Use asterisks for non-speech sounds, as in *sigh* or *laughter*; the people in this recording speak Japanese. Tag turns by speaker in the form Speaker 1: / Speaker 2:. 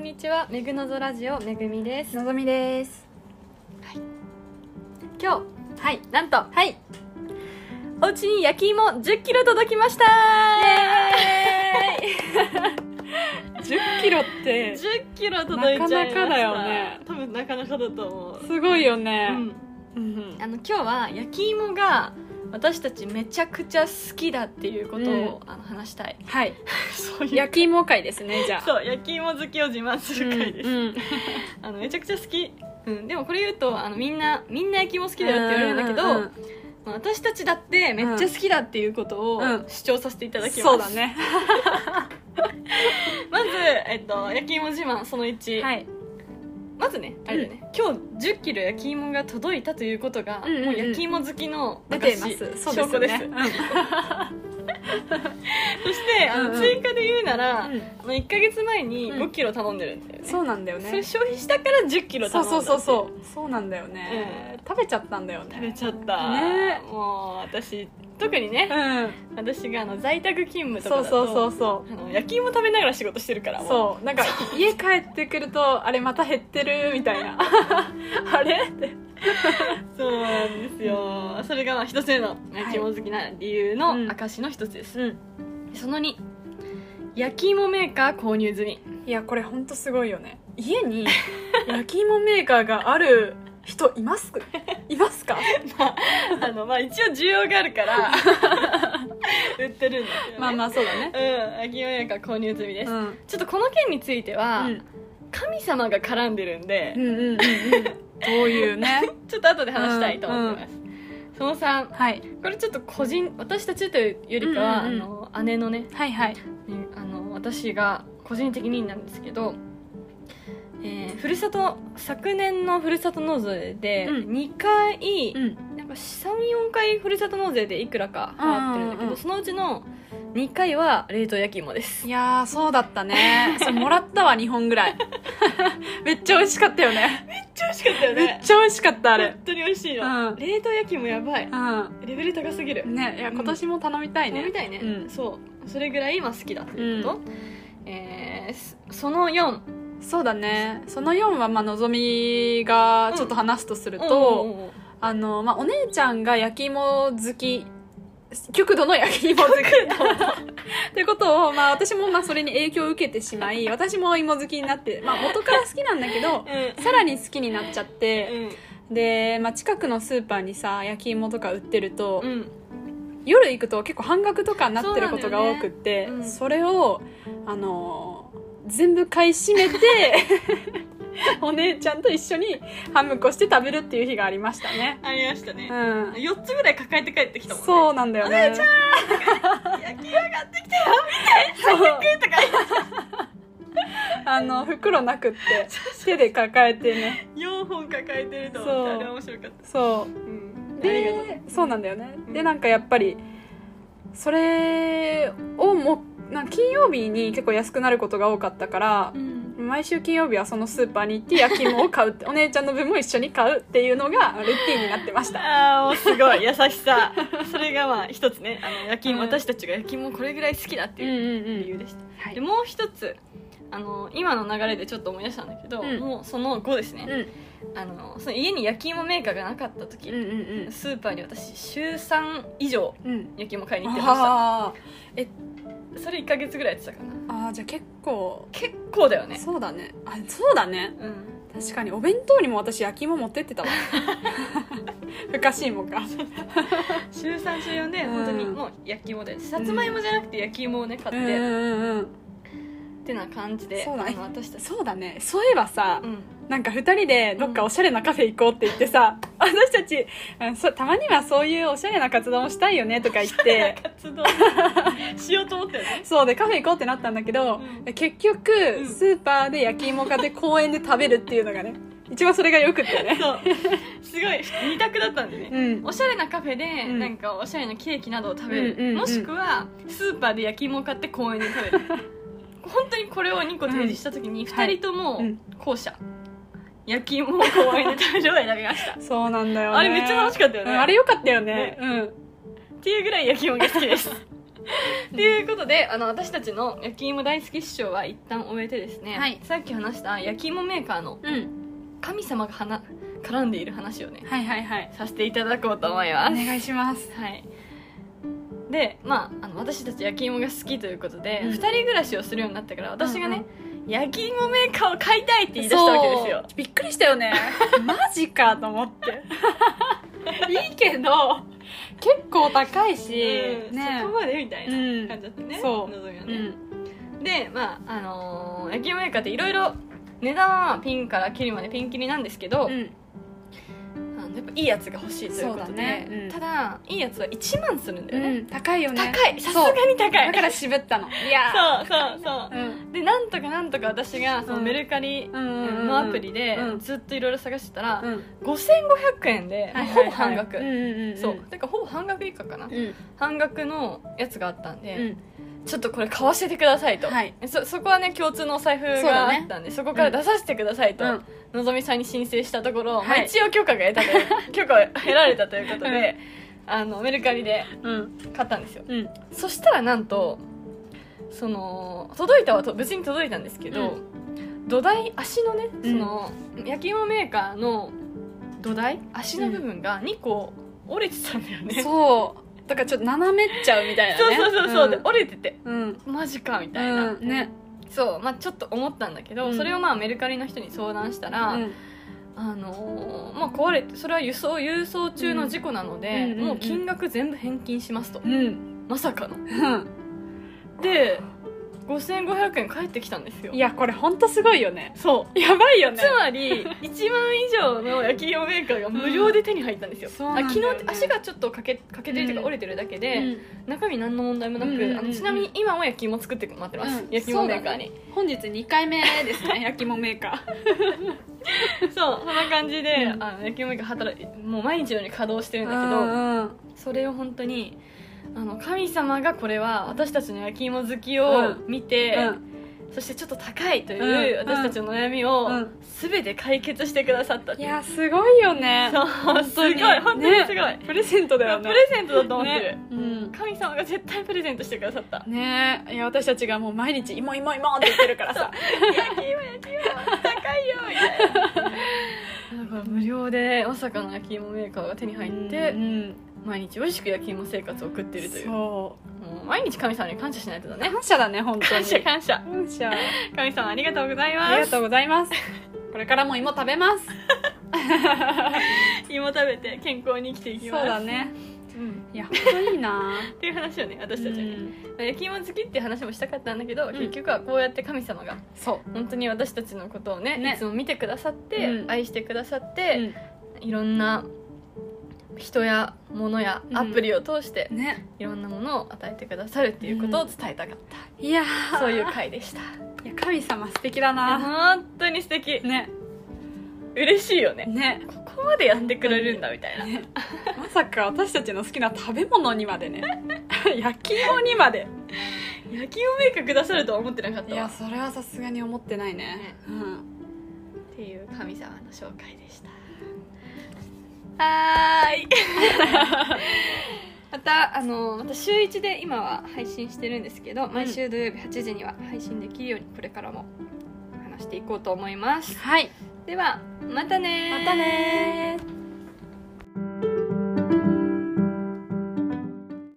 Speaker 1: にちは、めぐのぞラジオめぐみです。
Speaker 2: のぞみです
Speaker 1: 今日、はい、なんと、はい。お家に焼き芋10キロ届きましたイ
Speaker 2: 1 0キロって
Speaker 1: 10キロ届いちゃいました
Speaker 2: なかなかだよね
Speaker 1: 多分なかなかだと思う、
Speaker 2: すごいよ
Speaker 1: う
Speaker 2: ね、
Speaker 1: ん
Speaker 2: うん
Speaker 1: あの今日は焼き芋が私たちめちゃくちゃ好きだっていうことを、あの話したい
Speaker 2: はい
Speaker 1: そういう
Speaker 2: 焼き芋会ですねじゃあ
Speaker 1: そう焼き芋好きを自慢する回です、
Speaker 2: うんうん
Speaker 1: あのめちゃくちゃ好き、うん、でもこれ言うとあのみんなみんな焼き芋好きだよって言われるんだけど、
Speaker 2: うんうんうん
Speaker 1: まあ、私たちだってめっちゃ好きだっていうことを
Speaker 2: うん
Speaker 1: 主張させていただきます、
Speaker 2: そうだね
Speaker 1: まず、えっと、焼き芋自慢その1、
Speaker 2: はい
Speaker 1: まずねあれだね、今日1 0キロ焼き芋が届いたということが、
Speaker 2: うんうんうん
Speaker 1: もう焼き芋好きの
Speaker 2: 出て
Speaker 1: 証
Speaker 2: ま
Speaker 1: 拠
Speaker 2: す
Speaker 1: です
Speaker 2: そうですよね
Speaker 1: そしてあの、
Speaker 2: うんうん
Speaker 1: 追加で言うなら、
Speaker 2: うん
Speaker 1: あの1か月前に
Speaker 2: うん
Speaker 1: 5キロ頼んでるんだよね、
Speaker 2: そうなんだよ
Speaker 1: それ
Speaker 2: ね
Speaker 1: 消費したから1 0キロ
Speaker 2: そ
Speaker 1: 頼
Speaker 2: う
Speaker 1: だ
Speaker 2: んそうそう
Speaker 1: う
Speaker 2: そうそうなんだよね、食べちゃったんだよ
Speaker 1: 食べ
Speaker 2: ね
Speaker 1: ちゃった、
Speaker 2: ね
Speaker 1: もう私特にね、
Speaker 2: う
Speaker 1: 私があの在宅勤務
Speaker 2: ん
Speaker 1: とか
Speaker 2: そ
Speaker 1: だと
Speaker 2: うそうそうそ
Speaker 1: あの焼き芋食べながら仕事してるから
Speaker 2: う
Speaker 1: も
Speaker 2: そうなんか家帰ってくるとあれまた減ってるみたいな *laughs* あれって
Speaker 1: そうなんですよ、それがまあ一つ目の焼き芋好きな理由の証の一つです、
Speaker 2: うん
Speaker 1: その2焼き芋メーカー購入
Speaker 2: *laughs*
Speaker 1: 済み
Speaker 2: いやこれほんとすごいよね家に焼き芋メーカーがある人います *laughs* かいますか
Speaker 1: あのまあ一応需要があるから
Speaker 2: *laughs*
Speaker 1: 売ってるんですよ、ね、
Speaker 2: まあまあそうだね
Speaker 1: うん焼き芋メーカー購入済みです、
Speaker 2: うん
Speaker 1: ちょっとこの件については、
Speaker 2: うん
Speaker 1: 神様が絡んでるんで
Speaker 2: う、んうんうんどういうね
Speaker 1: ちょっと後で話したいと思ってます、その3
Speaker 2: *laughs* はい
Speaker 1: これちょっと個人私たちというよりかは、
Speaker 2: うんうんうん
Speaker 1: あの姉のね
Speaker 2: はいはい
Speaker 1: ねあの私が個人的になんですけど、えーふるさと昨年のふるさと納税で
Speaker 2: うん
Speaker 1: 2回、
Speaker 2: ん
Speaker 1: なんか34回ふるさと納税でいくらか払ってるんだけど、
Speaker 2: うんうんうん
Speaker 1: そのうちの2回は冷凍焼き芋です
Speaker 2: いやーそうだった *laughs* ねそうもらったわ2本ぐら *laughs* いめっちゃ美味しかったよね
Speaker 1: めっちゃ美味しかったよ
Speaker 2: めっちゃ美味しかったあれ
Speaker 1: 本当に美味しいの、
Speaker 2: うん
Speaker 1: 冷凍焼き芋やばいうレベル高すぎる
Speaker 2: んねいや今年も頼みたい
Speaker 1: 飲み
Speaker 2: ね
Speaker 1: たいね、
Speaker 2: うん
Speaker 1: そうそれぐらい今好きだっていうこと、えーそその4
Speaker 2: そうだねその4はまあのぞみがちょっと話すとすると、
Speaker 1: うんうんうん
Speaker 2: あの、まあ、お姉ちゃんが焼き芋好き、極度の焼き芋好き。ということを、まあ、私もまあそれに影響を受けてしまい、私も芋好きになって、まあ、元から好きなんだけど、さらに好きになっちゃって、で、まあ、近くのスーパーにさ、焼き芋とか売ってると
Speaker 1: う、ん
Speaker 2: 夜行くと結構半額とかになってることが多くっ
Speaker 1: そ
Speaker 2: て、
Speaker 1: うな
Speaker 2: そ,、
Speaker 1: んだよねうん
Speaker 2: れを、あのー全部買い占
Speaker 1: *laughs*
Speaker 2: めて、お姉ちゃんと一緒にハムこして食べるっていう日がありましたね。
Speaker 1: ありました
Speaker 2: う
Speaker 1: ね、
Speaker 2: ん。
Speaker 1: *laughs* 四4つぐらい抱えて帰ってきたもんね
Speaker 2: そうなんだよね。お姉ちゃん
Speaker 1: 焼き上がってきたよとか
Speaker 2: あの、袋なくって、手で抱えてね。
Speaker 1: 4本抱えてると
Speaker 2: そ
Speaker 1: 思って
Speaker 2: う
Speaker 1: あれ面白かった
Speaker 2: そうう。
Speaker 1: んありがとう
Speaker 2: で、そうなんだよね。
Speaker 1: う
Speaker 2: で、
Speaker 1: ん
Speaker 2: なんかやっぱり、それをも、なんか金曜日に結構安くなることが多かったから、毎週金曜日はそのスーパーに行って焼き芋を買うって、お姉ちゃんの分も一緒に買うっていうのがルーティンになってまし
Speaker 1: あ
Speaker 2: た。
Speaker 1: ーもうすごい優し *laughs* さそれがまあ一つねあの焼き芋、
Speaker 2: うん
Speaker 1: 私たちが焼き芋これぐらい好きだって
Speaker 2: うん
Speaker 1: いう
Speaker 2: うんう
Speaker 1: 理
Speaker 2: ん。
Speaker 1: 由でした、
Speaker 2: はい
Speaker 1: でもう一つあの今の流れでちょっと思い出したんだけど、
Speaker 2: うん
Speaker 1: もうその後です
Speaker 2: う
Speaker 1: ね、
Speaker 2: ん
Speaker 1: あのその家に焼き芋メーカーがなかった時、
Speaker 2: うんうん
Speaker 1: スーパーに私週3以上
Speaker 2: うん。うん。
Speaker 1: 焼き芋買いに行ってまし
Speaker 2: あー
Speaker 1: たそれ1か月ぐらいやってたかな
Speaker 2: あー、じゃあ結構、
Speaker 1: 結構だよね
Speaker 2: そうだね。あ、そうだね。
Speaker 1: うん
Speaker 2: 確かにお弁当にも私焼き芋持っ
Speaker 1: *laughs*
Speaker 2: てってたわふかしいもんか
Speaker 1: 週3週4で
Speaker 2: うん
Speaker 1: 本当にもう焼き芋でさつまいもじゃなくて焼き芋をね買
Speaker 2: う
Speaker 1: っ
Speaker 2: ん
Speaker 1: て、っ
Speaker 2: うんうん
Speaker 1: てな感じで
Speaker 2: そうだね
Speaker 1: あの私たち
Speaker 2: そうだねそういえばさ、
Speaker 1: うん
Speaker 2: なんか2人でどっかおしゃれなカフェ行こうって言ってさ、私たち、うん、そたまにはそういうおしゃれな活動もしたいよねとか言
Speaker 1: *laughs*
Speaker 2: って
Speaker 1: 活動しようと思ったよね
Speaker 2: そうでカフェ行こうってなったんだけど、
Speaker 1: うん
Speaker 2: 結局
Speaker 1: ん
Speaker 2: スーパーで焼き芋買って公園で食べるっていうのがね一番それがよくって
Speaker 1: *laughs*
Speaker 2: ね
Speaker 1: そうすごい二択だったんでね、
Speaker 2: うん
Speaker 1: おしゃれなカフェで
Speaker 2: うん
Speaker 1: なんかおしゃれなケーキなどを食べる、
Speaker 2: うんうんうん
Speaker 1: もしくはスーパーで焼き芋を買って公園で食べる本当にこれを2個提示した時に
Speaker 2: は
Speaker 1: 2
Speaker 2: い
Speaker 1: 人とも
Speaker 2: うん
Speaker 1: 後者、焼き芋を公園で食べるを選びました
Speaker 2: そうなんだよね
Speaker 1: あれめっちゃ楽しかったよ
Speaker 2: う
Speaker 1: ね、
Speaker 2: んあれよかったよね
Speaker 1: ね
Speaker 2: うん
Speaker 1: *laughs* っていうぐらい焼き芋が好きですということであの私たちの焼き芋大好き師匠は一旦終えてですね、
Speaker 2: はい
Speaker 1: さっき話した焼き芋メーカーの
Speaker 2: うん
Speaker 1: 神様がはな絡んでいる話をね
Speaker 2: はいはいはい
Speaker 1: させていただこうと思い
Speaker 2: お
Speaker 1: ます、
Speaker 2: 願いします
Speaker 1: はいでまああの私たち焼き芋が好きということで、
Speaker 2: うん
Speaker 1: 二人暮らしをするようになったから私がね、焼き芋メーカーを買いたいって言い出したわけですよ
Speaker 2: そうびっくりしたよね *laughs* マジかと思っていいけど結構高いし、
Speaker 1: うんそこまでみたいな
Speaker 2: うん
Speaker 1: 感じだったね、
Speaker 2: そう
Speaker 1: 望みは
Speaker 2: う
Speaker 1: ね、
Speaker 2: ん
Speaker 1: でまああのー焼き芋メーカーっていろいろ値段はピンから切るまでピン切りなんですけど、
Speaker 2: うん
Speaker 1: あのやっぱいいやつが欲しいということ
Speaker 2: そう
Speaker 1: で、
Speaker 2: だねうん
Speaker 1: ただいいやつは1万するんだ
Speaker 2: う
Speaker 1: よね、
Speaker 2: ん高いよね
Speaker 1: 高いさすがに高
Speaker 2: だ
Speaker 1: い
Speaker 2: から渋ったのいや、
Speaker 1: そうそうそう
Speaker 2: うん、
Speaker 1: うでなんとかなんとか私がその
Speaker 2: うん
Speaker 1: メルカリ
Speaker 2: うんうんうん
Speaker 1: のアプリで
Speaker 2: うん
Speaker 1: ずっといろいろ探してたら、
Speaker 2: うん
Speaker 1: 5500円で、
Speaker 2: はいはいはい
Speaker 1: ほぼ半額、
Speaker 2: うんうんうん、
Speaker 1: そうだからほぼ半額以下かな、
Speaker 2: うん
Speaker 1: 半額のやつがあったんで、
Speaker 2: うん
Speaker 1: ちょっとこれ買わせてくださいと、
Speaker 2: はい
Speaker 1: そそこはね共通のお財布
Speaker 2: そうだ
Speaker 1: があ
Speaker 2: ね
Speaker 1: ったんでそ,、こから出させてくださいと、
Speaker 2: うん
Speaker 1: のぞみさんに申請したところ、
Speaker 2: はい
Speaker 1: まあ一応許可が得たという
Speaker 2: *laughs*
Speaker 1: 許可を得られたということで、あのメルカリで
Speaker 2: うん
Speaker 1: 買ったんですよ
Speaker 2: うん
Speaker 1: そしたらなんとその届いたはと別に届いたんですけど、土台足のねその、焼き芋メーカーの土台足の部分が2個折れてたんだよね、
Speaker 2: そうだからちょっと斜めっちゃうみたい
Speaker 1: *laughs*
Speaker 2: な
Speaker 1: そう
Speaker 2: ね
Speaker 1: そうそうそうで折れてて
Speaker 2: うん
Speaker 1: マジかみたいな、
Speaker 2: うんね
Speaker 1: そうまあちょっと思ったんだけど、
Speaker 2: うん
Speaker 1: それをまあメルカリの人に相談したら、
Speaker 2: うん
Speaker 1: あのーまあ壊れてそれは輸送郵送中の事故なので、
Speaker 2: うんうんうんうん
Speaker 1: もう金額全部返金しますと、
Speaker 2: うん
Speaker 1: まさかの
Speaker 2: うん *laughs*
Speaker 1: で5500円返ってきたんですよ
Speaker 2: いやこれほんとすごいよね *laughs*
Speaker 1: そう
Speaker 2: やばいよね
Speaker 1: つまり1万以上の焼き芋メーカーが無料で手に入ったんですよ、
Speaker 2: うんそうな
Speaker 1: あ
Speaker 2: んだよ
Speaker 1: 昨
Speaker 2: ね
Speaker 1: 日足がちょっと欠け欠けてるというか
Speaker 2: うん
Speaker 1: 折れてるだけ
Speaker 2: う
Speaker 1: で、
Speaker 2: ん
Speaker 1: 中身何の問題もなく、
Speaker 2: うんうんうんうん
Speaker 1: あのちなみに今も焼き芋作ってもらってます、焼き芋メーカーに
Speaker 2: 本日2回目です *laughs* ね焼き芋メーカ
Speaker 1: そうそんな感じで、
Speaker 2: うん
Speaker 1: あの焼き芋メーカー働いもう毎日のように稼働してる
Speaker 2: ー
Speaker 1: んだけど、
Speaker 2: うん
Speaker 1: それを本当にあの神様がこれは私たちの焼き芋好きを
Speaker 2: う
Speaker 1: 見て、
Speaker 2: うん
Speaker 1: そしてちょっと高いという
Speaker 2: うん
Speaker 1: 私たちの悩みを
Speaker 2: うん
Speaker 1: 全て解決してくださったっ
Speaker 2: い
Speaker 1: ていう
Speaker 2: やすごいよね
Speaker 1: そうすごい本当にすごい、
Speaker 2: ねプレゼントだよね
Speaker 1: プレゼントだと思ってる、
Speaker 2: ねうん
Speaker 1: 神様が絶対プレゼントしてくださ
Speaker 2: *laughs*
Speaker 1: った
Speaker 2: ねえいや私たちがもう毎日「芋芋芋」って言ってるからさ
Speaker 1: 焼き芋焼き芋高いよみた *laughs* いなだから無料でまさかの焼き芋メーカーが手に入って、
Speaker 2: うん
Speaker 1: 毎日美味しく焼き芋生活を送ってるという
Speaker 2: そ
Speaker 1: もう毎日神様に感謝しないとだ
Speaker 2: う
Speaker 1: ね
Speaker 2: 感謝だね本当
Speaker 1: 感
Speaker 2: に
Speaker 1: 謝感謝
Speaker 2: 感謝あ
Speaker 1: 神様ありがとうござい
Speaker 2: り
Speaker 1: ま
Speaker 2: が
Speaker 1: す
Speaker 2: とうございますこれからも芋食べます
Speaker 1: 芋食べて健康に生きてい
Speaker 2: そ
Speaker 1: き
Speaker 2: う
Speaker 1: ます
Speaker 2: だね
Speaker 1: うん
Speaker 2: いや本当いいな *laughs*
Speaker 1: っていう話をね私たちは
Speaker 2: う
Speaker 1: ね、
Speaker 2: ん
Speaker 1: まあ焼き芋好きって話もしたかったんだけど、
Speaker 2: ん
Speaker 1: 結局はこうやって神様が
Speaker 2: そう
Speaker 1: 本当に私たちのことをね
Speaker 2: ね
Speaker 1: いつも見てくださって、
Speaker 2: うん
Speaker 1: 愛してくださっ
Speaker 2: う
Speaker 1: て、
Speaker 2: ん
Speaker 1: いろんな人や物や
Speaker 2: うん
Speaker 1: アプリを通して、
Speaker 2: ね
Speaker 1: いろんなものを与えてくださるっていうことを伝えたかっ
Speaker 2: いや
Speaker 1: た、
Speaker 2: ー
Speaker 1: そういう回でした
Speaker 2: いや神様素敵だな
Speaker 1: 本当に素敵
Speaker 2: ね
Speaker 1: 嬉しいよね
Speaker 2: ね
Speaker 1: ここまでやってくれるんだみたいな
Speaker 2: *laughs* ねまさか私たちの好きな食べ物にまでね *laughs* 焼き芋にまで
Speaker 1: 焼き芋メーカーくださるとは思ってなかっ
Speaker 2: い
Speaker 1: たわ
Speaker 2: や
Speaker 1: っ
Speaker 2: それはさすがに思ってないねうん
Speaker 1: ていう神様の紹介でしたはーい *laughs* またあのまた週1で今は配信してるんですけど、毎週土曜日8時には配信できるようにこれからも話していこうと思います
Speaker 2: はい
Speaker 1: ではまたねー
Speaker 2: またねー